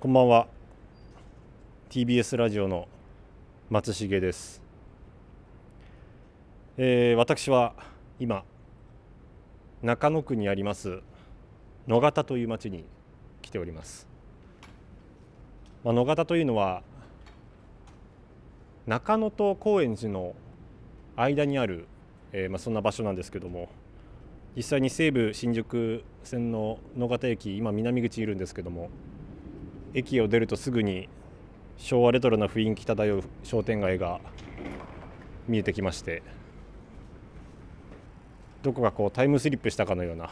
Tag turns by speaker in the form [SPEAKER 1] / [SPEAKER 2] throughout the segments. [SPEAKER 1] こんばんは TBS ラジオの松重です、えー私は今中野区にあります野方という町に来ております、まあ、野方というのは中野と高円寺の間にある、えーまあ、そんな場所なんですけども実際に西武新宿線の野方駅今南口にいるんですけども駅を出るとすぐに昭和レトロな雰囲気漂う商店街が見えてきましてどこかこうタイムスリップしたかのような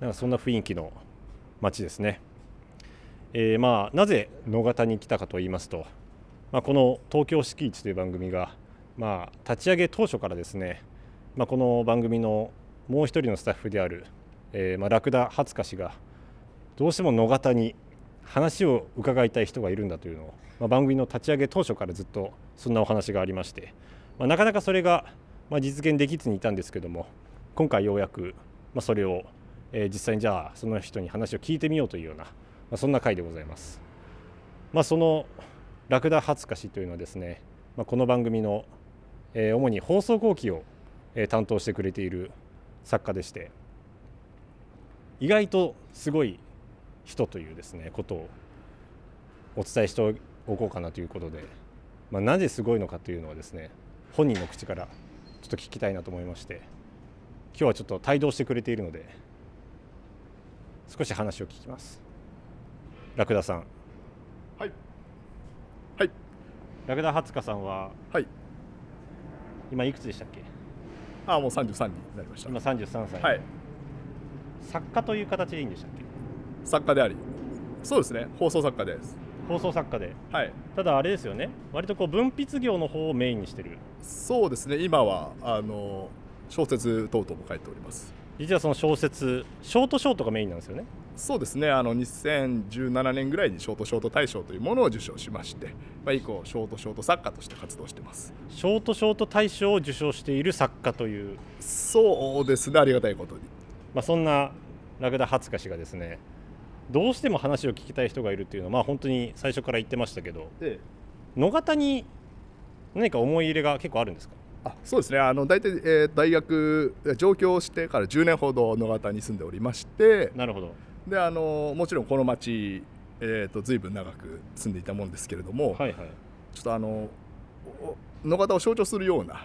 [SPEAKER 1] なんかそんな雰囲気の街ですね、えーまあなぜ野方に来たかと言いますと、まあ、この「東京敷地」という番組が、まあ、立ち上げ当初からですね、まあ、この番組のもう一人のスタッフである、えーまあ、ラクダハツカ氏がどうしても野方に話を伺いたい人がいるんだというのを、まあ、番組の立ち上げ当初からずっとそんなお話がありまして、まあ、なかなかそれが、まあ、実現できずにいたんですけども今回ようやく、まあ、それを、えー実際にじゃあその人に話を聞いてみようというような、まあ、そんな回でございます。まあ、そのラクダ恥ずかしというのはですね、まあ、この番組の、えー主に放送後期を、えー担当してくれている作家でして意外とすごい人というですねことをお伝えしておこうかなということで、まあ、なぜすごいのかというのはですね本人の口からちょっと聞きたいなと思いまして今日はちょっと帯同してくれているので少し話を聞きますラクダさん
[SPEAKER 2] はい。はい。
[SPEAKER 1] ラクダハツカさんは
[SPEAKER 2] はい。
[SPEAKER 1] 今いくつでしたっけ
[SPEAKER 2] ああ、もう三十三になりました。
[SPEAKER 1] 今33歳、
[SPEAKER 2] はい。
[SPEAKER 1] 作家という形でいいんでしたっけ
[SPEAKER 2] 作家であり。そうですね。放送作家です。
[SPEAKER 1] 放送作家で
[SPEAKER 2] はい。
[SPEAKER 1] ただあれですよね割とこう文筆業の方をメインにしてる
[SPEAKER 2] そうですね。今は、あの、小説等々も書いております。
[SPEAKER 1] 実はその小説ショートショートがメインなんですよね
[SPEAKER 2] そうですね。あの、二千十七年ぐらいにショートショート大賞というものを受賞しまして。まあ、以降、ショートショート作家として活動してます。
[SPEAKER 1] ショートショート大賞を受賞している作家という、
[SPEAKER 2] そうですね。ありがたいことに。
[SPEAKER 1] まあ、そんなラクダハツカ氏がですねどうしても話を聞きたい人がいるっていうのは、まあ、本当に最初から言ってましたけど
[SPEAKER 2] ええ。
[SPEAKER 1] 野方に何か思い入れが結構あるんですか
[SPEAKER 2] あそうですねあの大体、えー大学上京してから10年ほど野方に住んでおりまして
[SPEAKER 1] なるほど
[SPEAKER 2] であのもちろんこの町、えー、と随分長く住んでいたもんですけれども、
[SPEAKER 1] はいはい
[SPEAKER 2] ちょっとあのお野方を象徴するような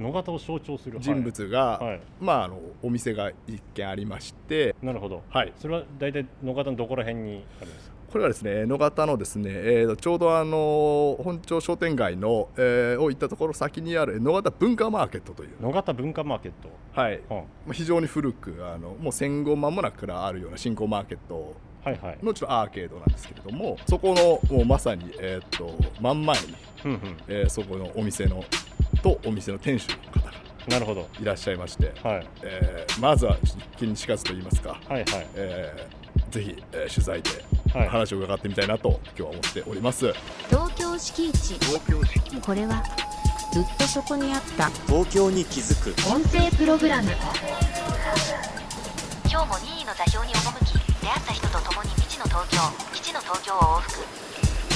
[SPEAKER 1] 野方を象徴する
[SPEAKER 2] 人物が、
[SPEAKER 1] はい、はい
[SPEAKER 2] まあ、あのお店が一軒ありまして、
[SPEAKER 1] なるほど
[SPEAKER 2] はい、
[SPEAKER 1] それは大体野方のどこら辺にあるんですか
[SPEAKER 2] これはですね野方のですね、えー、とちょうどあの本町商店街の、えーを行ったところ先にある野方文化マーケットという、
[SPEAKER 1] 野方文化マーケット、
[SPEAKER 2] はい、
[SPEAKER 1] は
[SPEAKER 2] まあ非常に古くあのもう戦後間もなくからあるような新興マーケット
[SPEAKER 1] あはいはい
[SPEAKER 2] のちょっとアーケードなんですけれどもそこのもうまさに、えー、と真ん前に、
[SPEAKER 1] うんうん
[SPEAKER 2] えーそこのお店のとお店の店主の方が
[SPEAKER 1] なるほど
[SPEAKER 2] いらっしゃいまして、
[SPEAKER 1] はい
[SPEAKER 2] えーまずはちょっと一見に近づといいますか、
[SPEAKER 1] はいはい
[SPEAKER 2] えーぜひ、えー取材で
[SPEAKER 1] はい
[SPEAKER 2] 話を伺ってみたいなと今日は思っております。
[SPEAKER 3] 東京敷地これはずっとそこにあった
[SPEAKER 4] 東京に気づく
[SPEAKER 3] 音声プログラム今日も任意の座標に赴き出会った人と共に未知の東京基地の東京を往復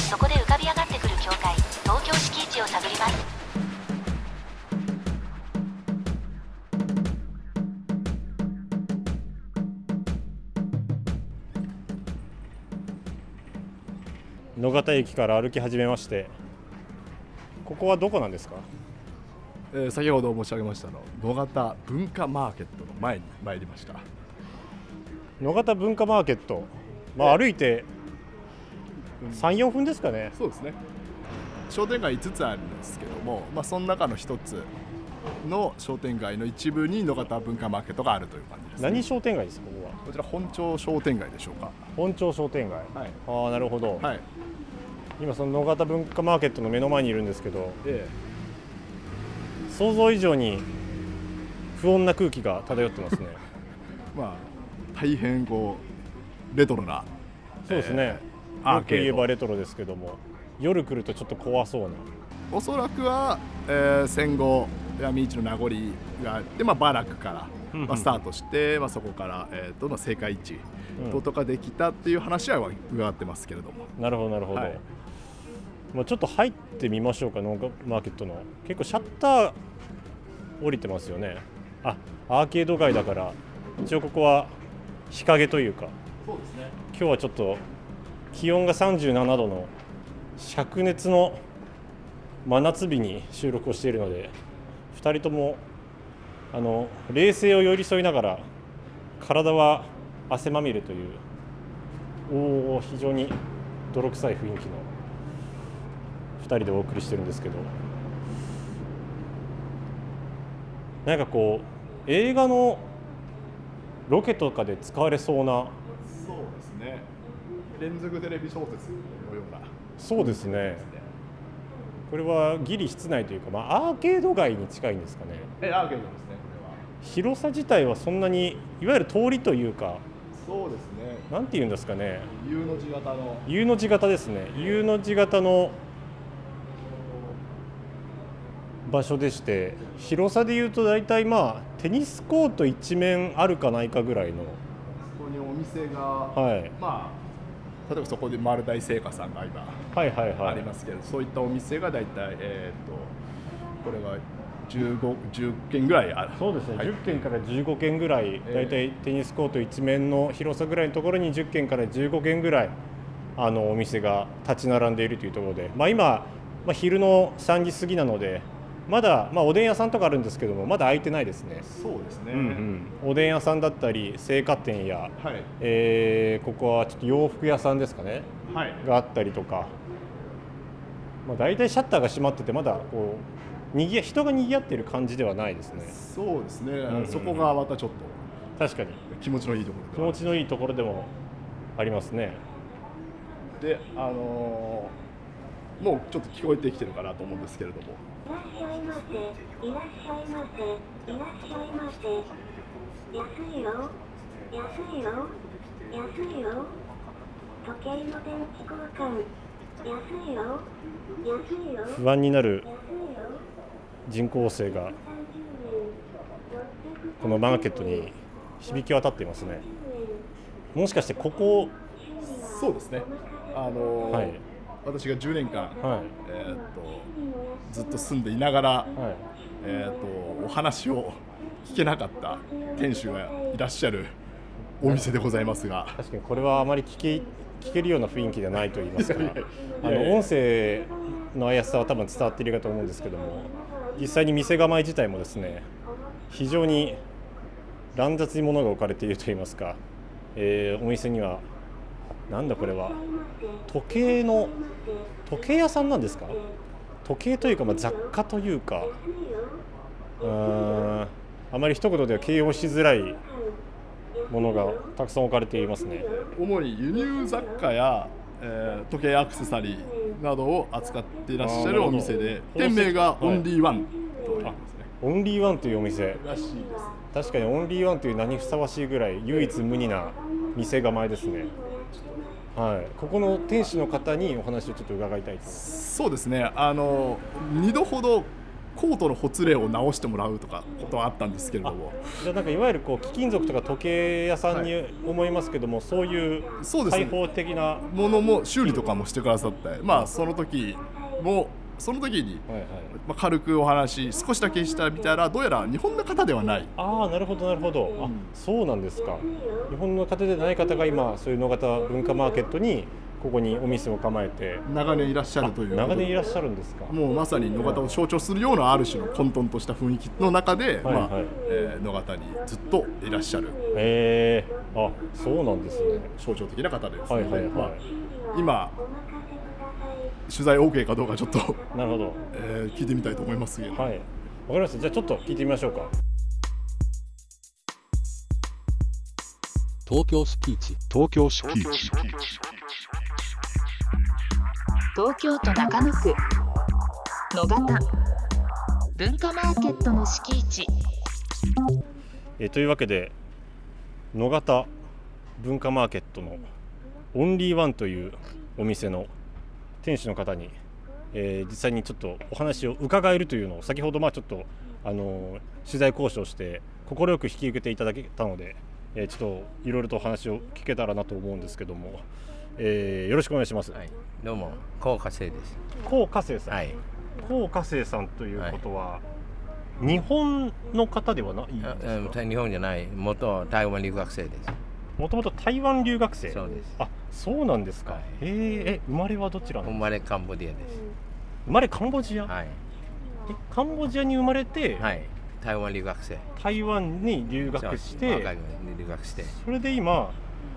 [SPEAKER 3] そこで浮かび上がってくる境界東京敷地を探ります
[SPEAKER 1] 野方駅から歩き始めましてここはどこなんですか
[SPEAKER 2] えー先ほど申し上げましたあの野方文化マーケットの前に参りました
[SPEAKER 1] 野方文化マーケット、まあ、歩いて34分ですかね
[SPEAKER 2] そうですね商店街5つあるんですけども、まあ、その中の1つの商店街の一部に野方文化マーケットがあるという感じです、ね、
[SPEAKER 1] 何商店街ですかここは
[SPEAKER 2] こちら本町商店街でしょうか
[SPEAKER 1] 本町商店街
[SPEAKER 2] はい
[SPEAKER 1] ああなるほど、
[SPEAKER 2] はい
[SPEAKER 1] 今その野方文化マーケットの目の前にいるんですけど
[SPEAKER 2] え
[SPEAKER 1] 想像以上に不穏な空気が漂って ますね
[SPEAKER 2] えまあ大変こうレトロな
[SPEAKER 1] そうですね、
[SPEAKER 2] ア
[SPEAKER 1] よ
[SPEAKER 2] ー
[SPEAKER 1] く
[SPEAKER 2] ケード
[SPEAKER 1] 言えばレトロですけども夜来るとちょっと怖そうな
[SPEAKER 2] おそらくは、えー戦後闇市の名残があって、まあ、バラックから
[SPEAKER 1] うんうん
[SPEAKER 2] まあ、スタートして、まあ、そこから、えー、との世界一
[SPEAKER 1] うん
[SPEAKER 2] ととかできたっていう話は伺ってますけれども、
[SPEAKER 1] なるほどなるほど、
[SPEAKER 2] はい
[SPEAKER 1] まあ、ちょっと入ってみましょうか農家マーケットの結構シャッター降りてますよねあアーケード街だから一応ここは日陰というか
[SPEAKER 2] そうですね
[SPEAKER 1] 今日はちょっと気温が37度の灼熱の真夏日に収録をしているので2人ともあの冷静を寄り添いながら体は汗まみれというおお非常に泥臭い雰囲気の2人でお送りしてるんですけどなんかこう映画のロケとかで使われそうな
[SPEAKER 2] そうですね連続テレビ小説のような
[SPEAKER 1] そうですね。これはギリ室内というか、まあ、アーケード街に近いんですかね。
[SPEAKER 2] えアーケードですね
[SPEAKER 1] 広さ自体はそんなにいわゆる通りというか、
[SPEAKER 2] これはそうですね
[SPEAKER 1] なんて言うんですかね。
[SPEAKER 2] U の字型の
[SPEAKER 1] U の字型ですね。U の字型の場所でして、広さで言うと大体まあテニスコート一面あるかないかぐらいの、
[SPEAKER 2] そこにお店が、
[SPEAKER 1] はい、
[SPEAKER 2] まあ例えばそこで丸大製菓さんが今
[SPEAKER 1] はいはいはい
[SPEAKER 2] ありますけど、そういったお店が大体えっ、とこれは15 10軒ぐらいある
[SPEAKER 1] そうですね、
[SPEAKER 2] はい
[SPEAKER 1] 10軒から15軒ぐらい、
[SPEAKER 2] ええ
[SPEAKER 1] 大体テニスコート一面の広さぐらいのところに10軒から15軒ぐらいあのお店が立ち並んでいるというところで、まあ、今、まあ、昼の3時過ぎなのでまだ、まあ、おでん屋さんとかあるんですけどもまだ開いてないですね、
[SPEAKER 2] そうですね、
[SPEAKER 1] うんうんおでん屋さんだったり青果店や、
[SPEAKER 2] はい
[SPEAKER 1] えーここはちょっと洋服屋さんですかね
[SPEAKER 2] はい
[SPEAKER 1] があったりとか、まあ、大体シャッターが閉まっててまだこうにぎや人がにぎわっている感じではないですね。
[SPEAKER 2] そうですね、
[SPEAKER 1] んうん
[SPEAKER 2] そこがまたちょっと
[SPEAKER 1] 確かに
[SPEAKER 2] 気持ちのいいところ
[SPEAKER 1] 気
[SPEAKER 2] ではあ
[SPEAKER 1] 持
[SPEAKER 2] る
[SPEAKER 1] ちのいいところでもありますね
[SPEAKER 2] であのーもうちょっと聞こえてきてるかなと思うんですけれども
[SPEAKER 4] いらっしゃいませ。いらっしゃいませ。いらっしゃいませ。安いよ。安いよ。安いよ。時計の電池交換。安いよ。安いよ。安いよ。
[SPEAKER 1] 不安になる人工生がこのマーケットに響き渡っていますねもしかしてここ
[SPEAKER 2] そうですねあのー
[SPEAKER 1] はい
[SPEAKER 2] 私が10年間、
[SPEAKER 1] は
[SPEAKER 2] えーっとずっと住んでいながら、
[SPEAKER 1] いはい
[SPEAKER 2] えーっとお話を聞けなかった店主がいらっしゃるお店でございますが
[SPEAKER 1] 確かにこれはあまり聞け聞けるような雰囲気ではないと言い ますかあ
[SPEAKER 2] いやい
[SPEAKER 1] の
[SPEAKER 2] や
[SPEAKER 1] 音声の怪しさは多分伝わっているかと思うんですけども実際に店構え自体もですね非常に乱雑に物が置かれていると言いますか、えーお店にはなんだこれは時計の時計屋さんなんですか時計というか、まあ、雑貨というかうーんあまり一言では形容しづらいものがたくさん置かれていますね
[SPEAKER 2] 主に輸入雑貨や、えー時計アクセサリーなどを扱っていらっしゃるお店で
[SPEAKER 1] あーなるほど
[SPEAKER 2] 店名が
[SPEAKER 1] はい
[SPEAKER 2] オンリーワンと言いますね、
[SPEAKER 1] オンリーワンというお店
[SPEAKER 2] らしいです
[SPEAKER 1] 確かにオンリーワンという名にふさわしいぐらい唯一無二な店構えですねはい、ここの店主の方にお話をちょっと伺いたいと
[SPEAKER 2] そうですねあの2度ほどコートのほつれを直してもらうとかことはあったんですけれども
[SPEAKER 1] じゃあなんかいわゆるこう貴金属とか時計屋さんに思いますけども、そういう
[SPEAKER 2] そうですね
[SPEAKER 1] 開放的な、
[SPEAKER 2] ものも修理とかもしてくださってまあその時もその時に、
[SPEAKER 1] はいはい、
[SPEAKER 2] まあ、軽くお話少しだけしたみたらどうやら日本の方ではない
[SPEAKER 1] ああなるほどなるほど、あそうなんですか日本の方でない方が今そういう野方文化マーケットにここにお店を構えて
[SPEAKER 2] 長年いらっしゃるという
[SPEAKER 1] 長年いらっしゃるんですか
[SPEAKER 2] もうまさに野方を象徴するようなある種の混沌とした雰囲気の中で、
[SPEAKER 1] はい
[SPEAKER 2] まあ
[SPEAKER 1] はい
[SPEAKER 2] えー野方にずっといらっしゃる
[SPEAKER 1] えー、あそうなんですね
[SPEAKER 2] 象徴的な方です、
[SPEAKER 1] はいはいはい、
[SPEAKER 2] まあ今取材 OK かどうかちょっと、
[SPEAKER 1] なるほど
[SPEAKER 2] えー聞いてみたいと思いますけど、
[SPEAKER 1] はい。わかりました。じゃあちょっと聞いてみましょうか。
[SPEAKER 5] 東京スピーチ東京スピーチ
[SPEAKER 6] 東京都中野区野方文化マーケットの敷地
[SPEAKER 1] えーというわけで野方文化マーケットのオンリーワンというお店の店主の方にえー実際にちょっとお話を伺えるというのを先ほどまあちょっとあの取材交渉して快く引き受けていただけたので、えーちょっといろいろとお話を聞けたらなと思うんですけども、えーよろしくお願いします。
[SPEAKER 7] はい、どうも、高華生です。
[SPEAKER 1] 高華生さん、
[SPEAKER 7] はい、
[SPEAKER 1] 高華生さんということは、日本の方ではない
[SPEAKER 7] あうん日本じゃない、元台湾留学生です。
[SPEAKER 1] もともと台湾留学生
[SPEAKER 7] そうです
[SPEAKER 1] あそうなんですか、
[SPEAKER 7] はい
[SPEAKER 1] へーえ生まれはどちらの
[SPEAKER 7] 生まれカンボジアです。
[SPEAKER 1] 生まれカンボジア、
[SPEAKER 7] はい、
[SPEAKER 1] えカンボジアに生まれて、
[SPEAKER 7] はい、台湾留学生。
[SPEAKER 1] 台湾に留学し
[SPEAKER 7] そう若
[SPEAKER 1] て
[SPEAKER 7] い子に留学して、
[SPEAKER 1] それで今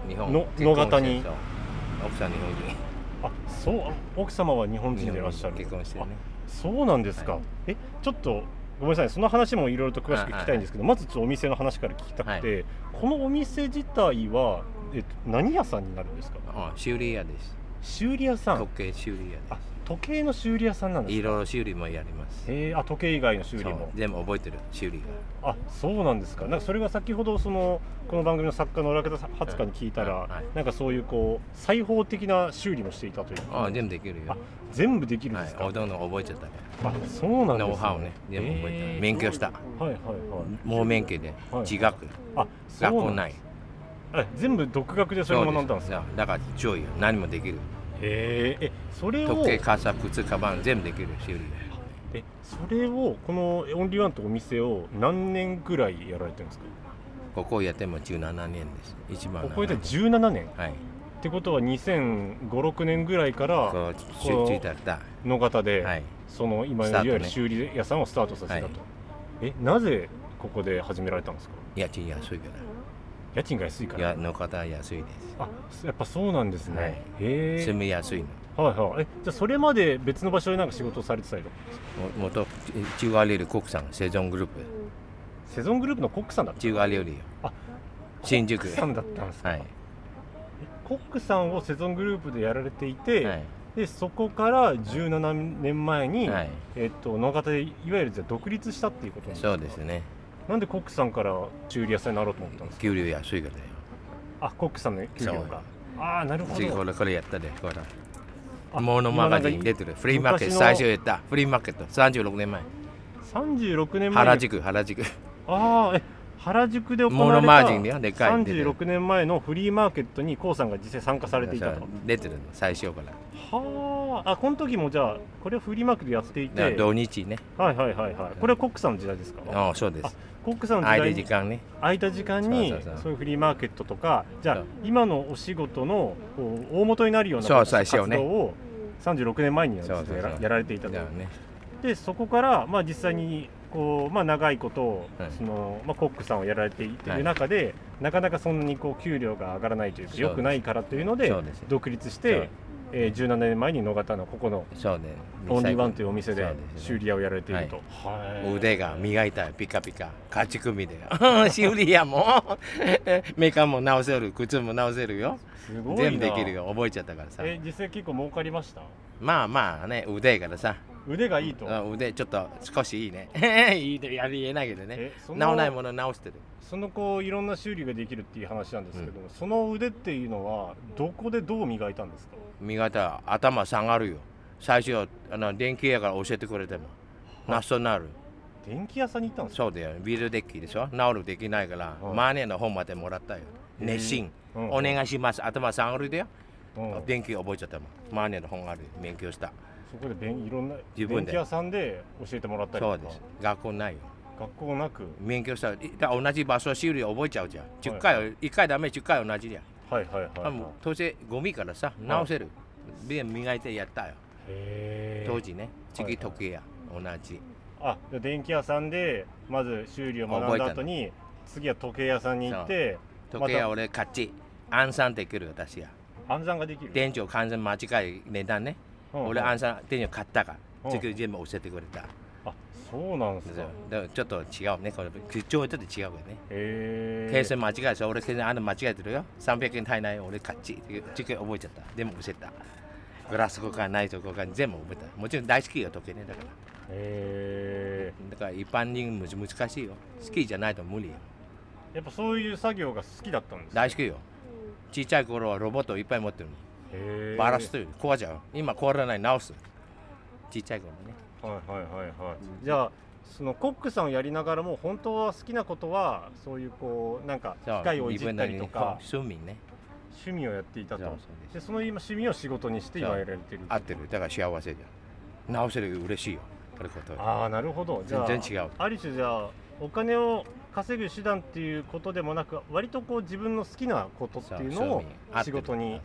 [SPEAKER 7] 日本
[SPEAKER 1] の
[SPEAKER 7] 結婚して
[SPEAKER 1] 野方に
[SPEAKER 7] そう奥さん日本人。
[SPEAKER 1] あそう奥様は日本
[SPEAKER 7] 日
[SPEAKER 1] 人でいらっしゃる
[SPEAKER 7] 本人結婚してね。
[SPEAKER 1] あそうなんですか、
[SPEAKER 7] はい
[SPEAKER 1] えちょっとごめんなさいその話もいろいろと詳しく聞きたいんですけど、まずちょっとお店の話から聞きたくて、このお店自体は、えっと、何屋さんになるんですか
[SPEAKER 7] あ、修理屋です。
[SPEAKER 1] 修理屋さん
[SPEAKER 7] 時計修理屋
[SPEAKER 1] あ時計の修理屋さんなん
[SPEAKER 7] で。
[SPEAKER 1] ですす
[SPEAKER 7] い
[SPEAKER 1] か
[SPEAKER 7] ろいろ修理もやります。
[SPEAKER 1] えー、あ時計以外の修理
[SPEAKER 7] そう
[SPEAKER 1] も
[SPEAKER 7] 全部覚えてる修理が。
[SPEAKER 1] あそうなんですかなんかそれが先ほどそのこの番組の作家の浦方ハツカに聞いたら、
[SPEAKER 7] はいはい
[SPEAKER 1] なんかそういうこう裁縫的な修理もしていたという
[SPEAKER 7] あ、全部できる
[SPEAKER 1] あ
[SPEAKER 7] よ。
[SPEAKER 1] 全部できるん
[SPEAKER 7] は
[SPEAKER 1] で
[SPEAKER 7] い
[SPEAKER 1] す、か、
[SPEAKER 7] おどんどん覚えちゃったか
[SPEAKER 1] あそうなんです
[SPEAKER 7] ら。ノウハウね、全部覚えた。
[SPEAKER 1] え
[SPEAKER 7] 勉強した。
[SPEAKER 1] ーはいはい
[SPEAKER 7] もう免許で
[SPEAKER 1] はい
[SPEAKER 7] 自学、
[SPEAKER 1] はいあそう
[SPEAKER 7] 学校
[SPEAKER 1] ん
[SPEAKER 7] ない
[SPEAKER 1] あ全部独学でそれを学んだんですか
[SPEAKER 7] そうすだから強いよ何もできる
[SPEAKER 1] へーえそれを
[SPEAKER 7] 時計傘靴カバン全部できる修理
[SPEAKER 1] えそれをこのオンリーワンとお店を何年ぐらいやられてるんですか
[SPEAKER 7] ここやっても17年です一番
[SPEAKER 1] こ
[SPEAKER 7] 長
[SPEAKER 1] こ
[SPEAKER 7] い
[SPEAKER 1] で17年
[SPEAKER 7] は
[SPEAKER 1] っ
[SPEAKER 7] い
[SPEAKER 1] てことは2056年ぐらいから
[SPEAKER 7] こうつついたった
[SPEAKER 1] 野方で、
[SPEAKER 7] はい
[SPEAKER 1] その今の
[SPEAKER 7] ス
[SPEAKER 1] い
[SPEAKER 7] ター
[SPEAKER 1] わ
[SPEAKER 7] トね
[SPEAKER 1] ゆる修理屋さんをスタートさせたと、
[SPEAKER 7] はい
[SPEAKER 1] えなぜここで始められたんですか
[SPEAKER 7] 家賃安いか
[SPEAKER 1] 家賃が安いからら
[SPEAKER 7] やの方は安いで
[SPEAKER 1] あやっぱそうなんですね、
[SPEAKER 7] はい
[SPEAKER 1] へ
[SPEAKER 7] す
[SPEAKER 1] え
[SPEAKER 7] 住みやすいの
[SPEAKER 1] はいはいえじゃあそれまで別の場所でなんか仕事をされてたりとか
[SPEAKER 7] も元中華料理国産セゾングループ
[SPEAKER 1] セゾングループのコックさんだった
[SPEAKER 7] 中華料理よ
[SPEAKER 1] あ
[SPEAKER 7] 新宿
[SPEAKER 1] コックさんだったんですか、
[SPEAKER 7] はい
[SPEAKER 1] コックさんをセゾングループでやられていて、
[SPEAKER 7] はい
[SPEAKER 1] でそこから17年前に、
[SPEAKER 7] はい
[SPEAKER 1] えっと野方でいわゆるじゃあ独立したっていうことなんですか
[SPEAKER 7] そうですね
[SPEAKER 1] なんでコックさんから修理屋さんになろうと思ったんですか
[SPEAKER 7] 給料安いからよ
[SPEAKER 1] あコックさんの給料がああなるほ
[SPEAKER 7] 次
[SPEAKER 1] ど
[SPEAKER 7] これこれやったでほら
[SPEAKER 1] あ
[SPEAKER 7] モノマガジンに出てるフリーマーケット最初
[SPEAKER 1] 昔
[SPEAKER 7] やったフリーマーケット36年前
[SPEAKER 1] 36年前
[SPEAKER 7] 原宿原宿
[SPEAKER 1] ああえ原宿で行
[SPEAKER 7] モ
[SPEAKER 1] わ
[SPEAKER 7] ノ
[SPEAKER 1] れ
[SPEAKER 7] マ
[SPEAKER 1] た
[SPEAKER 7] ージンだよでかい出てる
[SPEAKER 1] 36年前のフリーマーケットにコウさんが実際参加されていたと
[SPEAKER 7] 出てるの最初から
[SPEAKER 1] はああこの時もじゃあこれはフリーマーケットやっていて
[SPEAKER 7] だか
[SPEAKER 1] は
[SPEAKER 7] ら
[SPEAKER 1] い
[SPEAKER 7] 土日ね
[SPEAKER 1] はいはいはいこれはコックさんの時代ですか
[SPEAKER 7] あそうで
[SPEAKER 1] あ
[SPEAKER 7] す
[SPEAKER 1] コックさんの時
[SPEAKER 7] 空
[SPEAKER 1] 代
[SPEAKER 7] いて時
[SPEAKER 1] に
[SPEAKER 7] 間ね
[SPEAKER 1] 空いた時間に
[SPEAKER 7] そうそうそう
[SPEAKER 1] そういうフリーマーケットとかじゃ
[SPEAKER 7] そ
[SPEAKER 1] あ
[SPEAKER 7] う
[SPEAKER 1] 今のお仕事のこう大元になるような
[SPEAKER 7] そう
[SPEAKER 1] 活
[SPEAKER 7] そうしようね
[SPEAKER 1] 動を36年前には実は
[SPEAKER 7] そうそうそう
[SPEAKER 1] やらやられていた
[SPEAKER 7] だ
[SPEAKER 1] と
[SPEAKER 7] からね
[SPEAKER 1] でそこから、まあ、実際にこう、まあ、長いこと、
[SPEAKER 7] はい
[SPEAKER 1] そのまあ、コックさんをやられてい
[SPEAKER 7] は
[SPEAKER 1] る
[SPEAKER 7] い
[SPEAKER 1] 中で、なかなかそんなにこう給料が上がらないというか
[SPEAKER 7] そう
[SPEAKER 1] 良くないからというので
[SPEAKER 7] そうです
[SPEAKER 1] 独立し
[SPEAKER 7] そう
[SPEAKER 1] て、えー、17年前に野方のここの
[SPEAKER 7] そうね
[SPEAKER 1] オンリーワンというお店で
[SPEAKER 7] そうすね
[SPEAKER 1] 修理屋をやられていると、はい
[SPEAKER 7] 腕が磨いたピカピカ勝ち 組で修理屋も メカも直せる靴も直せるよ
[SPEAKER 1] すごいな
[SPEAKER 7] 全部できるよ覚えちゃったからさ
[SPEAKER 1] え実際結構儲かりました
[SPEAKER 7] まあまあね腕やからさ
[SPEAKER 1] 腕がいいと、
[SPEAKER 7] あ腕ちょっと少しいいね いいとやりえないけどね
[SPEAKER 1] えそ
[SPEAKER 7] 治
[SPEAKER 1] の
[SPEAKER 7] らないもの直してる
[SPEAKER 1] そのこういろんな修理ができるっていう話なんですけど、その腕っていうのはどこでどう磨いたんですか
[SPEAKER 7] 磨いたら頭下がるよ最初あの電気屋から教えてくれてもナショナル
[SPEAKER 1] 電気屋さんに行ったんですか
[SPEAKER 7] そうだよビルデッキでしょ治るできないから、
[SPEAKER 1] はい
[SPEAKER 7] マネーの本までもらったよ熱心、
[SPEAKER 1] うん
[SPEAKER 7] お願いします頭下がるでよ、
[SPEAKER 1] うん
[SPEAKER 7] 電気覚えちゃったもんマネーの本あるよ勉強した
[SPEAKER 1] そこで勉いろんな
[SPEAKER 7] 自
[SPEAKER 1] 電
[SPEAKER 7] 分で
[SPEAKER 1] 気屋さんで教えてもらったりと
[SPEAKER 7] そ
[SPEAKER 1] か
[SPEAKER 7] うです学校ないよ
[SPEAKER 1] 学校なく
[SPEAKER 7] 勉強したらだから同じ場所修理覚えちゃうじゃん10回、1回ダメ10回同じじゃん
[SPEAKER 1] はいはいはい、
[SPEAKER 7] あ
[SPEAKER 1] はい、
[SPEAKER 7] もう当然ゴミからさ直せる、で磨いてやったよ
[SPEAKER 1] へ
[SPEAKER 7] 当時ね
[SPEAKER 1] はい
[SPEAKER 7] 次
[SPEAKER 1] はい
[SPEAKER 7] 時計屋同じ
[SPEAKER 1] あじゃあ電気屋さんでまず修理を学んだ後に次は時計屋さんに行って
[SPEAKER 7] 時計
[SPEAKER 1] ま
[SPEAKER 7] 屋
[SPEAKER 1] た
[SPEAKER 7] 俺勝ち暗算できる私や
[SPEAKER 1] 暗算ができる、
[SPEAKER 7] 店長完全間違い値段ね、
[SPEAKER 1] うん
[SPEAKER 7] 俺暗算店長買ったか
[SPEAKER 1] う
[SPEAKER 7] ら
[SPEAKER 1] ん
[SPEAKER 7] 次全部教えてくれた、
[SPEAKER 1] あそうなんです
[SPEAKER 7] そ
[SPEAKER 1] か
[SPEAKER 7] うだからちょっと違うねこれ口調ちょっと違うよね
[SPEAKER 1] へ
[SPEAKER 7] 計算間違えた俺計算あの間違えてるよ300円足りない俺勝ち時計覚えちゃった全部教えたグラス交換ないと交換全部覚えたもちろん大好きよ時計ねだから
[SPEAKER 1] え
[SPEAKER 7] だから一般人むず難しいよ好きじゃないと無理よ
[SPEAKER 1] やっぱそういう作業が好きだったんです
[SPEAKER 7] 大好きよ小さい頃はロボットをいっぱい持ってるの
[SPEAKER 1] へー
[SPEAKER 7] バラしてる壊っちゃう今壊らない直すちっちゃい頃ね
[SPEAKER 1] はいはいはいはい、じゃあそのコックさんをやりながらも本当は好きなことはそういうこうなんか機
[SPEAKER 7] そう
[SPEAKER 1] 械をいじったりとか
[SPEAKER 7] 自分なりにこう趣味ね
[SPEAKER 1] 趣味をやっていたと
[SPEAKER 7] そうそう
[SPEAKER 1] でその今趣味を仕事にして
[SPEAKER 7] そう
[SPEAKER 1] 今やられてる
[SPEAKER 7] 合ってるだから幸せじゃん直せる嬉しいよこれこと
[SPEAKER 1] ああなるほどじゃあ
[SPEAKER 7] 全然違う
[SPEAKER 1] ある種じゃあお金を稼ぐ手段っていうことでもなく割とこう自分の好きなことって
[SPEAKER 7] そう
[SPEAKER 1] いうのを
[SPEAKER 7] 趣味合っ
[SPEAKER 1] 仕
[SPEAKER 7] てる
[SPEAKER 1] 事に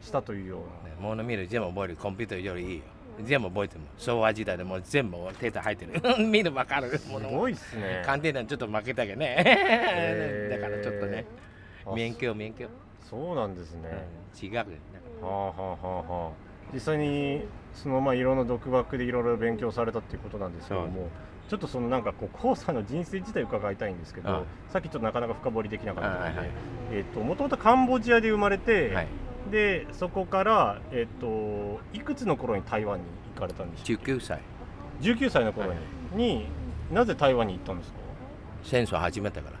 [SPEAKER 1] したというよう
[SPEAKER 7] ね物見る全部覚えるコンピューターよりいいよ全部覚えてるもん昭和時代でもう全部データ入ってる 見るわかるも
[SPEAKER 1] なす
[SPEAKER 7] の
[SPEAKER 1] ごいですね
[SPEAKER 7] 鑑定団ちょっと負けたけどね、
[SPEAKER 1] へー
[SPEAKER 7] だからちょっとね
[SPEAKER 1] あ
[SPEAKER 7] 免許免許、
[SPEAKER 1] そうなんですね、
[SPEAKER 7] うん、違うよね
[SPEAKER 1] はあはあはあはあ実際にそのまあいろんな独学でいろいろ勉強されたっていうことなんですけども、ちょっとそのなんかこう黄さんの人生自体伺いたいんですけど、
[SPEAKER 7] あ
[SPEAKER 1] さっきちょっとなかなか深掘りできなかったので、
[SPEAKER 7] あはいはい
[SPEAKER 1] えっともともとカンボジアで生まれて、
[SPEAKER 7] はい
[SPEAKER 1] でそこからえっ、といくつの頃に台湾に行かれたんでしょう
[SPEAKER 7] 19歳
[SPEAKER 1] 19歳の頃に、になぜ台湾に行ったんですか
[SPEAKER 7] 戦争始めたから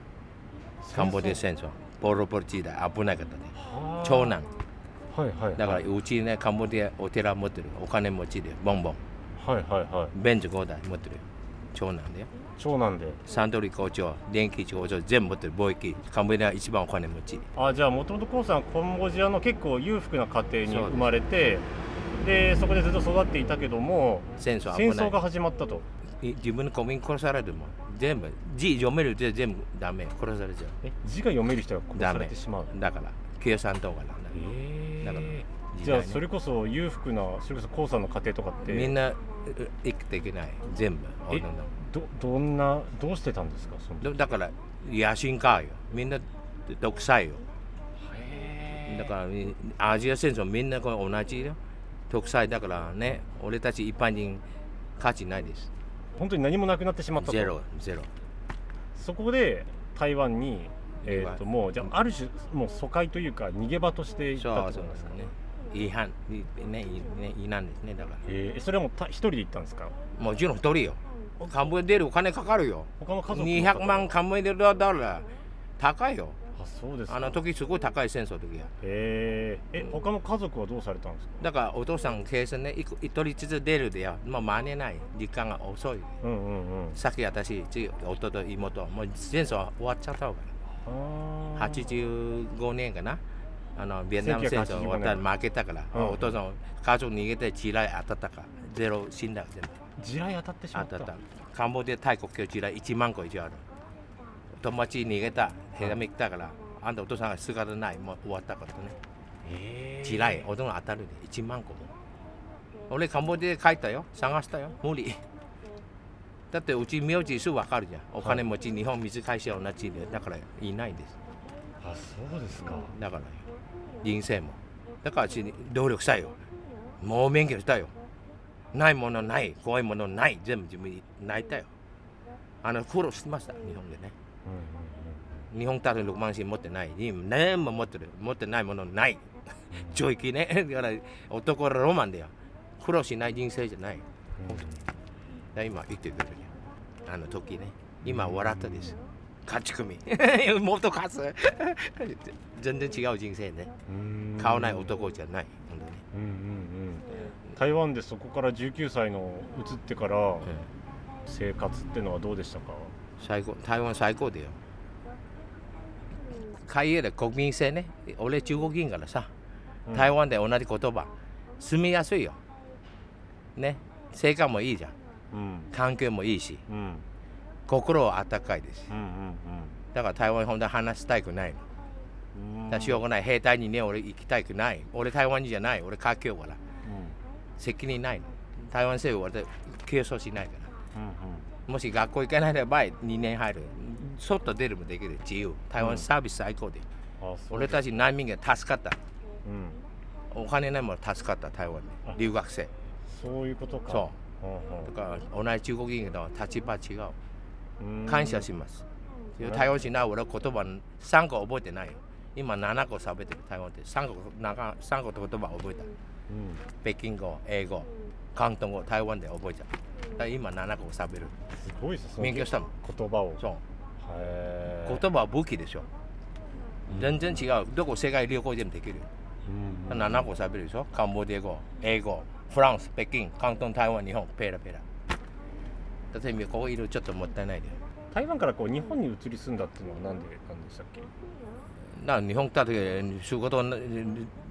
[SPEAKER 7] カンボジア戦争ボロボロ時代危なかったね
[SPEAKER 1] はあ
[SPEAKER 7] 長男
[SPEAKER 1] はいはい
[SPEAKER 7] だから
[SPEAKER 1] はいう
[SPEAKER 7] ちねカンボジアお寺持ってるお金持ちでボンボン
[SPEAKER 1] はいはい
[SPEAKER 7] ベンチ5台持ってるよ長男だよ
[SPEAKER 1] 長男で
[SPEAKER 7] サントリー工場電気工場全部持ってる貿易カンボジア一番お金持ち
[SPEAKER 1] あじゃあもともとコウさんはカンボジアの結構裕福な家庭に
[SPEAKER 7] そうです
[SPEAKER 1] 生まれてでそこでずっと育っていたけども
[SPEAKER 7] 戦争危
[SPEAKER 1] 戦
[SPEAKER 7] な
[SPEAKER 1] 争
[SPEAKER 7] い
[SPEAKER 1] が始まったと
[SPEAKER 7] い自分の国民殺されても全部字読めるって全部ダメ殺されちゃう
[SPEAKER 1] 字が読める人が殺
[SPEAKER 7] ダ
[SPEAKER 1] され
[SPEAKER 7] メ
[SPEAKER 1] てしまう
[SPEAKER 7] だから計算とかなんだ
[SPEAKER 1] え
[SPEAKER 7] だから時代ね
[SPEAKER 1] じゃあそれこそ裕福なそれこそコウさんの家庭とかって
[SPEAKER 7] みんなう生きていけない全部
[SPEAKER 1] え
[SPEAKER 7] 女の
[SPEAKER 1] どどんなどうしてたんですかその
[SPEAKER 7] だだから野心家よみんな独裁よだからみアジア戦争みんなこれ同じよ独裁だからね俺たち一般人価値ないです
[SPEAKER 1] 本当に何もなくなってしまった
[SPEAKER 7] ゼ
[SPEAKER 1] と
[SPEAKER 7] ロゼロ
[SPEAKER 1] そこで台湾にえー、
[SPEAKER 7] は
[SPEAKER 1] と
[SPEAKER 7] い
[SPEAKER 1] もうじゃあある種もう疎開というか逃げ場としていっ
[SPEAKER 7] そ
[SPEAKER 1] たって
[SPEAKER 7] うそ
[SPEAKER 1] こ
[SPEAKER 7] う
[SPEAKER 1] とですか
[SPEAKER 7] ね違反ねね違反ですねだか
[SPEAKER 1] えーそれはもうた一人で行ったんですから
[SPEAKER 7] もちろん一人よカンボジア出るお金かかるよ
[SPEAKER 1] 他の家族の方
[SPEAKER 7] 200万カンボジアドルだら高いよ
[SPEAKER 1] あそうですか
[SPEAKER 7] あの時すごい高い戦争の時や
[SPEAKER 1] へええ
[SPEAKER 7] うん
[SPEAKER 1] 他の家族はどうされたんですか
[SPEAKER 7] だからお父さん計算ね一個一人ずつ出るでよもう間に合ない時間が遅い
[SPEAKER 1] うんうんうん
[SPEAKER 7] さっき私次弟妹もう戦争終わっちゃったわ
[SPEAKER 1] あー
[SPEAKER 7] 85年かなあのビエトナム戦争終わった
[SPEAKER 1] 1985
[SPEAKER 7] ら負けたから、
[SPEAKER 1] うん
[SPEAKER 7] お父さん家族逃げて地雷当たったからゼロ死んだ全部
[SPEAKER 1] 地雷当たってしま
[SPEAKER 7] 当
[SPEAKER 1] った
[SPEAKER 7] たったカンボジアタイ国境地雷1万個以上ある友達逃げたヘラメ来たからあんたお父さんが姿ないもう終わったからね
[SPEAKER 1] へー
[SPEAKER 7] 地雷お父さん当たるで1万個も俺カンボジアで帰ったよ探したよ無理だってうち名字すぐ分かるじゃんお金持ち、日本水会社同じでだからいないです
[SPEAKER 1] あそうですか
[SPEAKER 7] だから人生もだから私努力したよもう勉強したよないものない怖いものない全部自分に泣いたよあの苦労してました日本でね
[SPEAKER 1] うんうん
[SPEAKER 7] 日本たる6万円持ってない今全部持ってる持ってないものない上域ね だから男はロマンだよ苦労しない人生じゃないだか
[SPEAKER 1] うんうん
[SPEAKER 7] ら今生きてくるじゃんあの時ね今笑ったです勝ち 組もっと勝つ 全然違う人生ね
[SPEAKER 1] うん
[SPEAKER 7] 買わない男じゃない、本当にね
[SPEAKER 1] うんうんうん台湾でそこから19歳の移ってから生活ってのはどうでしたか
[SPEAKER 7] 最高台湾最高だよ海外で国民性ね俺中国人からさ、
[SPEAKER 1] うん
[SPEAKER 7] 台湾で同じ言葉住みやすいよね生活もいいじゃん
[SPEAKER 1] うん
[SPEAKER 7] 環境もいいし
[SPEAKER 1] うんうん
[SPEAKER 7] 心は温かいです
[SPEAKER 1] うんうん
[SPEAKER 7] だから台湾本当に話したくないの
[SPEAKER 1] うん
[SPEAKER 7] だからしょうがない兵隊にね俺行きたくない俺台湾人じゃない俺華僑から責任ないの台湾政府は軽装しないから
[SPEAKER 1] うんうん
[SPEAKER 7] もし学校行かない場合2年入る外出るもできる自由台
[SPEAKER 1] うん
[SPEAKER 7] 湾サービス最高で、
[SPEAKER 1] うんあそう
[SPEAKER 7] 俺たち難民が助かった
[SPEAKER 1] うん
[SPEAKER 7] お金ないもの助かった台湾で
[SPEAKER 1] あ
[SPEAKER 7] 留学生
[SPEAKER 1] そういうことか
[SPEAKER 7] そ
[SPEAKER 1] うんうん
[SPEAKER 7] だから同じ中国人の立場違う
[SPEAKER 1] うん
[SPEAKER 7] 感謝します、
[SPEAKER 1] うん
[SPEAKER 7] 台湾人な俺言葉3個覚えてないよ今7個喋ってる台湾で3個なんか三個言葉覚えた
[SPEAKER 1] うん
[SPEAKER 7] 北京語英語広東語台湾で覚えちゃうだから今7個喋る
[SPEAKER 1] すごいですね
[SPEAKER 7] 勉強したもん
[SPEAKER 1] 言葉を
[SPEAKER 7] そう
[SPEAKER 1] へー
[SPEAKER 7] 言葉は武器でしょ全然違うどこ世界旅行でもできるよ
[SPEAKER 1] うんうん
[SPEAKER 7] 7個喋るでしょカンボジア語英語フランス、北京、広東、台湾、日本、ペラペラ。例えばここいるちょっともったいないで。
[SPEAKER 1] 台湾からこう日本に移り住んだっていうのはなんでなんでしたっけ
[SPEAKER 7] な日本来た時仕事な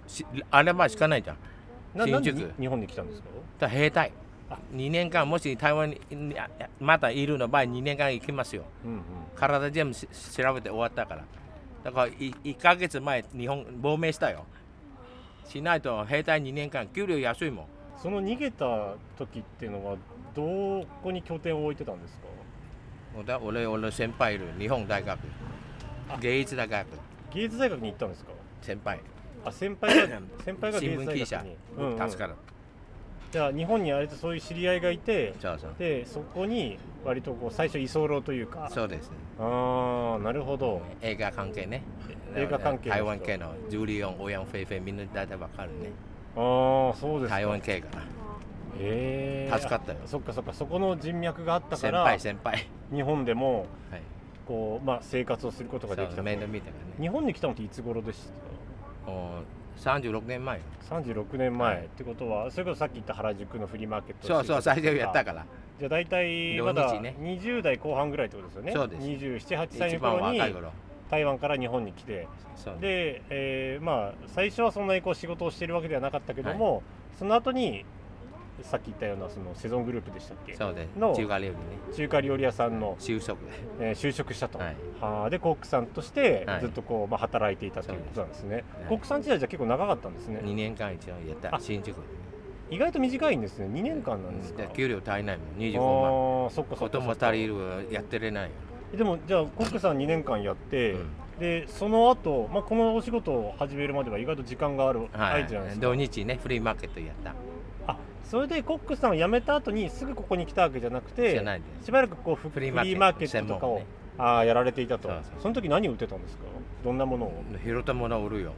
[SPEAKER 7] しあれまあしかないじゃん。
[SPEAKER 1] ななんで
[SPEAKER 7] 新宿
[SPEAKER 1] 日本に来たんですか
[SPEAKER 7] だから兵隊。2年間もし台湾ににあまたいるの場合2年間行きますよ。
[SPEAKER 1] うんうん
[SPEAKER 7] 体全部し調べて終わったから。だからい1ヶ月前日本亡命したよ。しないと兵隊2年間給料安いもん。
[SPEAKER 1] その逃げた時っていうのはどこに拠点を置いてたんですか
[SPEAKER 7] だ俺俺の先輩いる日本大学芸術大学
[SPEAKER 1] 芸術大学に行ったんですか
[SPEAKER 7] 先輩
[SPEAKER 1] あ先輩 が先輩が
[SPEAKER 7] 新
[SPEAKER 1] 芸術
[SPEAKER 7] 聞記
[SPEAKER 1] 大
[SPEAKER 7] 者
[SPEAKER 1] 学に、うんうん
[SPEAKER 7] 助かる
[SPEAKER 1] じゃあ日本にあれとそういう知り合いがいて
[SPEAKER 7] そうそう
[SPEAKER 1] でそこに割とこう最初居候というか
[SPEAKER 7] そうですね
[SPEAKER 1] ああなるほど
[SPEAKER 7] 映画関係ね
[SPEAKER 1] 映画関係の人
[SPEAKER 7] 台湾系のジュリオンオヤンフェイフェイみんな大体わかるね
[SPEAKER 1] ああそうですか
[SPEAKER 7] 台湾系から
[SPEAKER 1] へえ
[SPEAKER 7] 助かったよ
[SPEAKER 1] そっかそっかそこの人脈があったか
[SPEAKER 7] 先
[SPEAKER 1] ら
[SPEAKER 7] 輩先輩
[SPEAKER 1] 日本でも
[SPEAKER 7] はい
[SPEAKER 1] こう、まあ、生活をすることができ
[SPEAKER 7] そ
[SPEAKER 1] た
[SPEAKER 7] う面倒見たからね
[SPEAKER 1] 日本に来たのっていつ頃でした
[SPEAKER 7] もう36年前
[SPEAKER 1] 36年前、
[SPEAKER 7] はい
[SPEAKER 1] ってことはそれこそさっき言った原宿のフリーマーケット
[SPEAKER 7] そうそう最初やった
[SPEAKER 1] ら
[SPEAKER 7] から
[SPEAKER 1] じゃあ大体まだ
[SPEAKER 7] 土日ね
[SPEAKER 1] 20代後半ぐらいってことですよね
[SPEAKER 7] そうです
[SPEAKER 1] 278歳
[SPEAKER 7] 一
[SPEAKER 1] の
[SPEAKER 7] 番
[SPEAKER 1] 頃に
[SPEAKER 7] 若い頃
[SPEAKER 1] 台湾から日本に来て
[SPEAKER 7] そう
[SPEAKER 1] で、えーまあ最初はそんなにこう仕事をしてるわけではなかったけども、その後にさっき言ったようなそのセゾングループでしたっけ
[SPEAKER 7] そうです
[SPEAKER 1] の
[SPEAKER 7] 中華料理ね
[SPEAKER 1] 中華料理屋さんの、
[SPEAKER 7] 就職で
[SPEAKER 1] えー就職したと、
[SPEAKER 7] はい
[SPEAKER 1] はあでコックさんとして
[SPEAKER 7] はい
[SPEAKER 1] ずっとこう、まあ、働いていたということなんですね
[SPEAKER 7] すはい
[SPEAKER 1] コックさん時代じゃ結構長かったんですね
[SPEAKER 7] 2年間一応やった
[SPEAKER 1] あ
[SPEAKER 7] 新宿
[SPEAKER 1] 意外と短いんですね2年間なんですか
[SPEAKER 7] で給料足りないもん
[SPEAKER 1] あ
[SPEAKER 7] 25
[SPEAKER 1] ー
[SPEAKER 7] 万
[SPEAKER 1] そっかそ
[SPEAKER 7] 子
[SPEAKER 1] っかそ
[SPEAKER 7] 供
[SPEAKER 1] っか
[SPEAKER 7] 足りるやってれないよ、
[SPEAKER 1] でもじゃあコックさん2年間やって、
[SPEAKER 7] うん
[SPEAKER 1] でその後、まあこのお仕事を始めるまでは意外と時間がある
[SPEAKER 7] は
[SPEAKER 1] 相
[SPEAKER 7] い
[SPEAKER 1] 手じゃないですか、
[SPEAKER 7] 土日ねフリーマーケットやった
[SPEAKER 1] あそれでコックさんを辞めた後にすぐここに来たわけじゃなくて
[SPEAKER 7] じゃないんだよ
[SPEAKER 1] しばらくこうフフ
[SPEAKER 7] フ
[SPEAKER 1] リ
[SPEAKER 7] リーマーケット
[SPEAKER 1] ーマーケットとかを、
[SPEAKER 7] 専門ね
[SPEAKER 1] ああやられていたと
[SPEAKER 7] そうそう
[SPEAKER 1] その時何を売ってたんですかどんなものを
[SPEAKER 7] 拾ったもの売るよ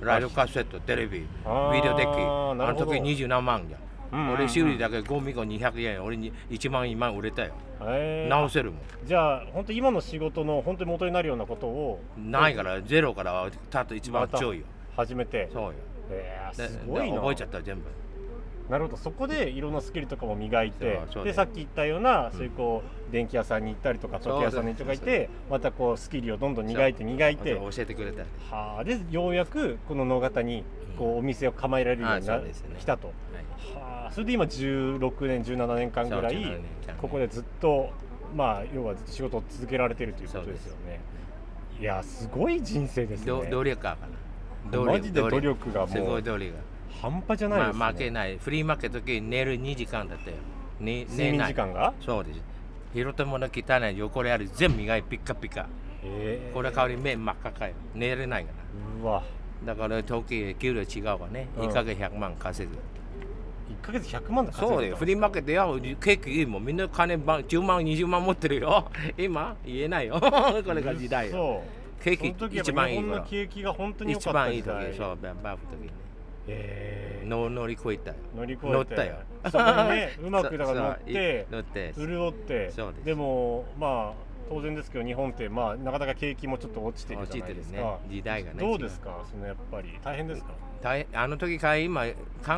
[SPEAKER 7] ライドカセットテレビビ
[SPEAKER 1] あー
[SPEAKER 7] デオデッキあ
[SPEAKER 1] なる
[SPEAKER 7] の
[SPEAKER 1] ほど
[SPEAKER 7] 時二十何万じゃん、
[SPEAKER 1] うんうんうん
[SPEAKER 7] 俺修理だけゴミが200円俺に1万2万売れたよ、
[SPEAKER 1] え
[SPEAKER 7] 直せるも
[SPEAKER 1] じゃあ本当今の仕事の本当に元になるようなことを
[SPEAKER 7] んないからゼロからたっと一番強いよ
[SPEAKER 1] 始めて
[SPEAKER 7] そうよ
[SPEAKER 1] えー
[SPEAKER 7] です
[SPEAKER 1] ごいな
[SPEAKER 7] 覚えちゃった全部
[SPEAKER 1] なるほどそこでいろんなスキルとかも磨いて
[SPEAKER 7] そうそう
[SPEAKER 1] で
[SPEAKER 7] ね
[SPEAKER 1] さっき言ったような、そういうこう電気屋さんに行ったりとか時計屋さんにとかいてまたこうスキルをどんどん磨いて磨いて
[SPEAKER 7] あと教えてくれた
[SPEAKER 1] はあ、でようやくこの野方にこうお店を構えられるようにな
[SPEAKER 7] あそうですね
[SPEAKER 1] 来たと、はあ、それで今16年17年間ぐら
[SPEAKER 7] そう
[SPEAKER 1] い
[SPEAKER 7] 17年間ね
[SPEAKER 1] ここでずっとまあ要はずっと仕事を続けられてるということですよねいやすごい人生ですね
[SPEAKER 7] ど努力家かな努力
[SPEAKER 1] マジで努力がもう
[SPEAKER 7] すごい努力が
[SPEAKER 1] 半端じゃないですね、
[SPEAKER 7] まあ負けないフリーマーケット時寝る2時間だったよ、ね、
[SPEAKER 1] 睡眠時間が
[SPEAKER 7] そうです拾ったもの汚い汚れある全部磨いてピッカピカ
[SPEAKER 1] え
[SPEAKER 7] これ代わり目真っ赤かよ寝れないか
[SPEAKER 1] うわ
[SPEAKER 7] らだから時給料違うわね
[SPEAKER 1] うん
[SPEAKER 7] 1ヶ月100万稼ぐ、
[SPEAKER 1] 1ヶ月100万だ
[SPEAKER 7] そうだよフリーマーケットや景気いいもんみんな金ば10万20万持ってるよ今言えないよこれが時代よ
[SPEAKER 1] そう
[SPEAKER 7] 景
[SPEAKER 1] そ
[SPEAKER 7] 気
[SPEAKER 1] の時やっ
[SPEAKER 7] 一
[SPEAKER 1] ぱ
[SPEAKER 7] 番
[SPEAKER 1] 日
[SPEAKER 7] いい
[SPEAKER 1] 本の
[SPEAKER 7] 頃
[SPEAKER 1] 景気が本当に良
[SPEAKER 7] 一
[SPEAKER 1] かった
[SPEAKER 7] 番
[SPEAKER 1] 時
[SPEAKER 7] いい時
[SPEAKER 1] 代
[SPEAKER 7] そうババブ時ね
[SPEAKER 1] えー
[SPEAKER 7] の乗り越えたよ
[SPEAKER 1] 乗り越えて
[SPEAKER 7] 乗ったよ
[SPEAKER 1] そこにねうまくだから乗っ
[SPEAKER 7] そうそうい
[SPEAKER 1] て
[SPEAKER 7] 乗って
[SPEAKER 1] 潤って
[SPEAKER 7] そうです
[SPEAKER 1] もまあ当然ですけど日本ってまあなかなか景気もちょっと落ちてるじゃないですか
[SPEAKER 7] 落ちてるね時代がね
[SPEAKER 1] どうですかそのやっぱり大変ですか、
[SPEAKER 7] 大変あの時から今考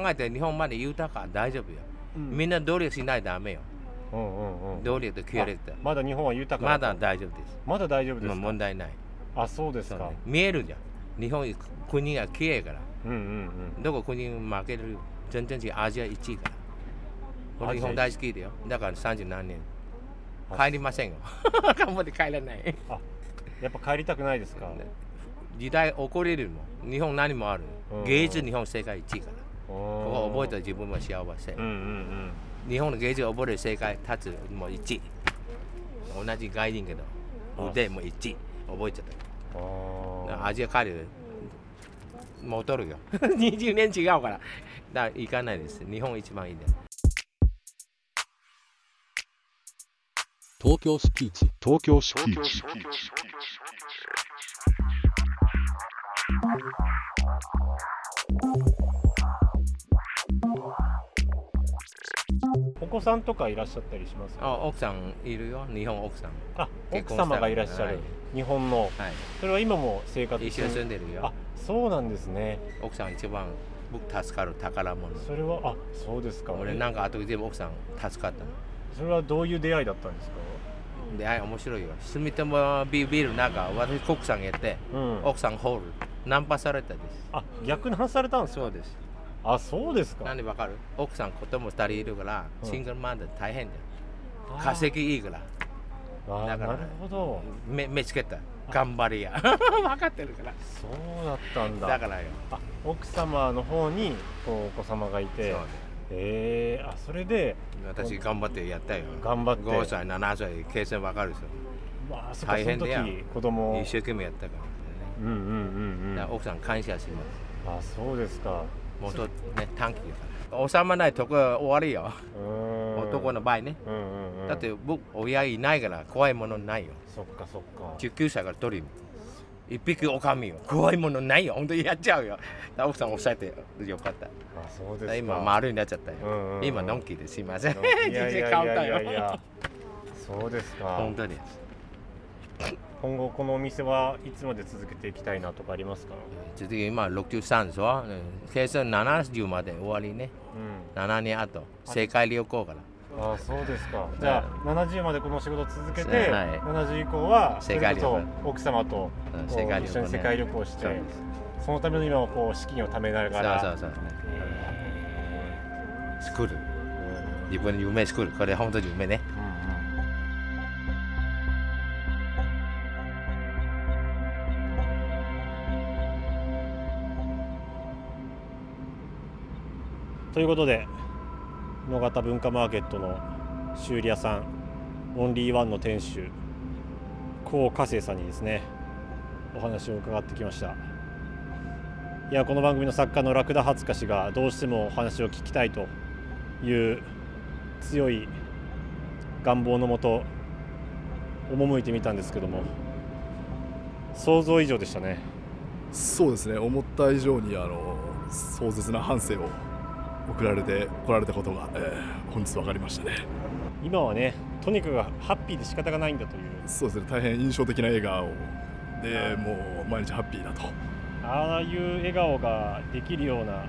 [SPEAKER 7] えて日本まで豊か大丈夫よ、
[SPEAKER 1] うん
[SPEAKER 7] みんな努力しないとダメよ
[SPEAKER 1] うんうんうん
[SPEAKER 7] 努力と協力と
[SPEAKER 1] まだ日本は豊か
[SPEAKER 7] ま
[SPEAKER 1] だ
[SPEAKER 7] だ
[SPEAKER 1] と
[SPEAKER 7] 大丈夫です
[SPEAKER 1] まだ大丈夫です
[SPEAKER 7] もう
[SPEAKER 1] か、
[SPEAKER 7] 問題ない
[SPEAKER 1] あそうです
[SPEAKER 7] そう
[SPEAKER 1] か
[SPEAKER 7] ね見えるじゃん日本国が綺麗から
[SPEAKER 1] うんうん
[SPEAKER 7] どこ国負ける全然違うアジア1位から
[SPEAKER 1] ア
[SPEAKER 7] 俺
[SPEAKER 1] ジア一位
[SPEAKER 7] 日本大好きだよだから30何年帰りませんよ 頑張って帰らな
[SPEAKER 1] う
[SPEAKER 7] い
[SPEAKER 1] んやっぱ帰りたくないですか、
[SPEAKER 7] 時代起これるもん日本何もある
[SPEAKER 1] うん
[SPEAKER 7] 芸術日本世界一位からここ覚えた
[SPEAKER 1] え
[SPEAKER 7] 自分は幸せ、
[SPEAKER 1] うんうんうん
[SPEAKER 7] 日本の芸術を覚える世界立つも1位同じ外人けど
[SPEAKER 1] あ
[SPEAKER 7] 腕も1位覚えちゃっ
[SPEAKER 1] あー
[SPEAKER 7] たアジア帰る戻るよ 20年違うからだから行かないです日本一番いいです
[SPEAKER 5] 東京スピーチ東京スピーチ
[SPEAKER 1] お子さんとかいらっしゃったりします
[SPEAKER 7] あ
[SPEAKER 1] か
[SPEAKER 7] 奥さんいるよ日本奥さん
[SPEAKER 1] あ
[SPEAKER 7] 結
[SPEAKER 1] 奥
[SPEAKER 7] 婚した
[SPEAKER 1] 様がいらっしゃる、
[SPEAKER 7] はい
[SPEAKER 1] 日本の
[SPEAKER 7] は
[SPEAKER 1] それは今も生活
[SPEAKER 7] い一緒に住ん
[SPEAKER 1] で
[SPEAKER 7] でる
[SPEAKER 1] あ
[SPEAKER 7] よ
[SPEAKER 1] そうなんですね
[SPEAKER 7] 奥さん一番僕助かる宝物
[SPEAKER 1] それはあそうですか
[SPEAKER 7] 俺なんか後で全部奥さん助かったの
[SPEAKER 1] それはどういう出会いだったんですか
[SPEAKER 7] であ面白いよ住友ビビルなんか私国産やって、
[SPEAKER 1] うん
[SPEAKER 7] 奥さんホールナンパされたで
[SPEAKER 1] あ逆に話されたんですす
[SPEAKER 7] そう
[SPEAKER 1] か
[SPEAKER 7] です
[SPEAKER 1] あそうですか
[SPEAKER 7] なんでわかる奥さん子供2人いるから、
[SPEAKER 1] うん
[SPEAKER 7] シングルマンで大変だよ
[SPEAKER 1] あー
[SPEAKER 7] 稼ぎいいから
[SPEAKER 1] あー
[SPEAKER 7] だから
[SPEAKER 1] なるほど
[SPEAKER 7] め見つけた頑張りや分かってるから
[SPEAKER 1] そうだったんだ
[SPEAKER 7] だからよ
[SPEAKER 1] あ奥様の方にこうお子様がい
[SPEAKER 7] そう
[SPEAKER 1] てえー、あそれで
[SPEAKER 7] 私頑張ってやったよ
[SPEAKER 1] 頑張って
[SPEAKER 7] 5歳7歳計算分かるでしょ
[SPEAKER 1] まあそっか
[SPEAKER 7] 大
[SPEAKER 1] その
[SPEAKER 7] 変だよ
[SPEAKER 1] 時子供を
[SPEAKER 7] 一生懸命やったから,、ね
[SPEAKER 1] うんうんうんうん
[SPEAKER 7] だから奥さん感謝します
[SPEAKER 1] あそうですか
[SPEAKER 7] 元ね短期だから収まないとこは終わりよ、
[SPEAKER 1] うーん
[SPEAKER 7] 男の場合ね、
[SPEAKER 1] うんうんうん
[SPEAKER 7] だって僕親いないから怖いものないよ
[SPEAKER 1] そっかそっか
[SPEAKER 7] 19歳から取り一匹狼よ怖いものないよ本当にやっちゃうよだから奥さんおっしゃってよかっただか
[SPEAKER 1] あそうです
[SPEAKER 7] ら
[SPEAKER 1] か
[SPEAKER 7] 今丸になっちゃったよ、
[SPEAKER 1] うんうんうん
[SPEAKER 7] 今のんきですいません全
[SPEAKER 1] いやい
[SPEAKER 7] 然
[SPEAKER 1] やい
[SPEAKER 7] 変わっ
[SPEAKER 1] や
[SPEAKER 7] た
[SPEAKER 1] いやい
[SPEAKER 7] よ
[SPEAKER 1] やそうですか
[SPEAKER 7] 本当に
[SPEAKER 1] 今後このお店はいつまで続けていきたいなとかありますか
[SPEAKER 7] 次今63でしょうん計算70まで終わりね
[SPEAKER 1] うん
[SPEAKER 7] 7年後世界旅行から
[SPEAKER 1] あそうですかじゃあ70までこの仕事を続けて、
[SPEAKER 7] はい
[SPEAKER 1] 70以降はそ
[SPEAKER 7] 世
[SPEAKER 1] れ
[SPEAKER 7] 界
[SPEAKER 1] こ
[SPEAKER 7] 旅行
[SPEAKER 1] そ奥様と
[SPEAKER 7] うん
[SPEAKER 1] こう
[SPEAKER 7] 世界旅行ね
[SPEAKER 1] 一緒に世界旅行して
[SPEAKER 7] そうです
[SPEAKER 1] そのための今はこう資金を貯めながら
[SPEAKER 7] そうそうそう作る自分の夢作るこれ本当に夢ね
[SPEAKER 1] うんうんということで野方文化マーケットの修理屋さんオンリーワンの店主高華生さんにですねお話を伺ってきましたいやこの番組の作家のラクダハツカ氏がどうしてもお話を聞きたいという強い願望のもと赴いてみたんですけども想像以上でしたね
[SPEAKER 2] そうですね思った以上にあの壮絶な反省を送られて来られたことが、えー本日分かりましたね
[SPEAKER 1] 今はねとにかくハッピーで仕方がないんだという
[SPEAKER 2] そうですね大変印象的な映画をでもう毎日ハッピーだと
[SPEAKER 1] ああいう笑顔ができるような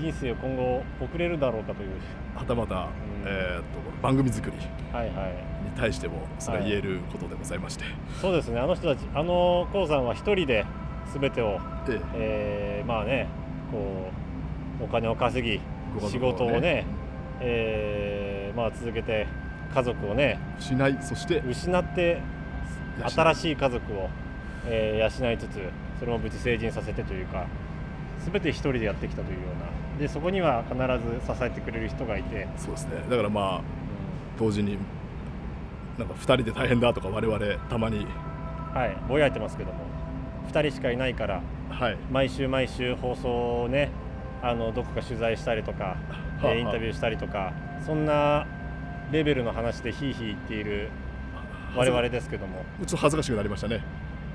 [SPEAKER 1] 人生を今後送れるだろうかという
[SPEAKER 2] はたまた、えーと番組作りに
[SPEAKER 1] はいはい
[SPEAKER 2] 対してもそれは言えることでございまして、
[SPEAKER 1] そうですねあの人たちあのコウさんは一人で全てを、
[SPEAKER 2] ええ
[SPEAKER 1] えーまあねこうお金を稼ぎ
[SPEAKER 2] ご家
[SPEAKER 1] 仕
[SPEAKER 2] 族をね
[SPEAKER 1] 事をねえーまあ続けて家族をね
[SPEAKER 2] しないそして
[SPEAKER 1] 失って
[SPEAKER 2] 養う
[SPEAKER 1] 新しい家族を、えー養いつつそれも無事成人させてというか全て一人でやってきたというようなでそこには必ず支えてくれる人がいて、
[SPEAKER 2] そうですねだからまあ同時になんか2人で大変だとか我々たまに
[SPEAKER 1] はい、ぼやいてますけども2人しかいないから
[SPEAKER 2] はい
[SPEAKER 1] 毎週毎週放送をねあのどこか取材したりとか、えーインタビューしたりとかそんなレベルの話でひいひい言っている我々ですけども
[SPEAKER 2] ちょっと恥ずかしくなりましたね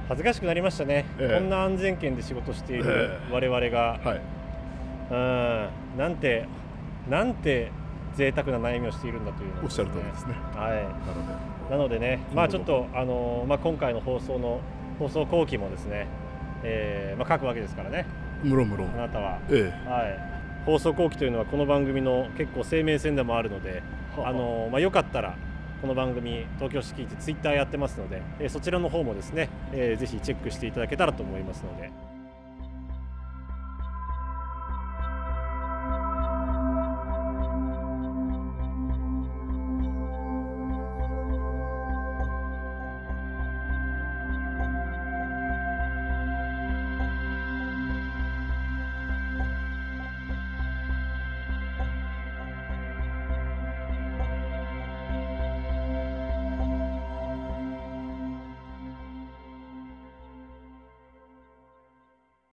[SPEAKER 1] 恥ずかしくなりましたね、
[SPEAKER 2] ええ
[SPEAKER 1] こんな安全圏で仕事している
[SPEAKER 2] ええ
[SPEAKER 1] 我々が、
[SPEAKER 2] はい
[SPEAKER 1] うんなんてなんて贅沢な悩みをしているんだというのを
[SPEAKER 2] おっしゃる通りですね
[SPEAKER 1] はい、な
[SPEAKER 2] なので
[SPEAKER 1] のでね、まあ、ちょっと、あのーまあ、今回の放送の放送後期もですね、えーまあ、書くわけですからね
[SPEAKER 2] むろむろ
[SPEAKER 1] あなたは、
[SPEAKER 2] ええ
[SPEAKER 1] はい、放送後期というのはこの番組の結構生命線でもあるので、
[SPEAKER 2] はあ
[SPEAKER 1] あのーまあ、よかったらこの番組東京式一ツイッターやってますので、えーそちらの方もですね、えーぜひチェックしていただけたらと思いますので。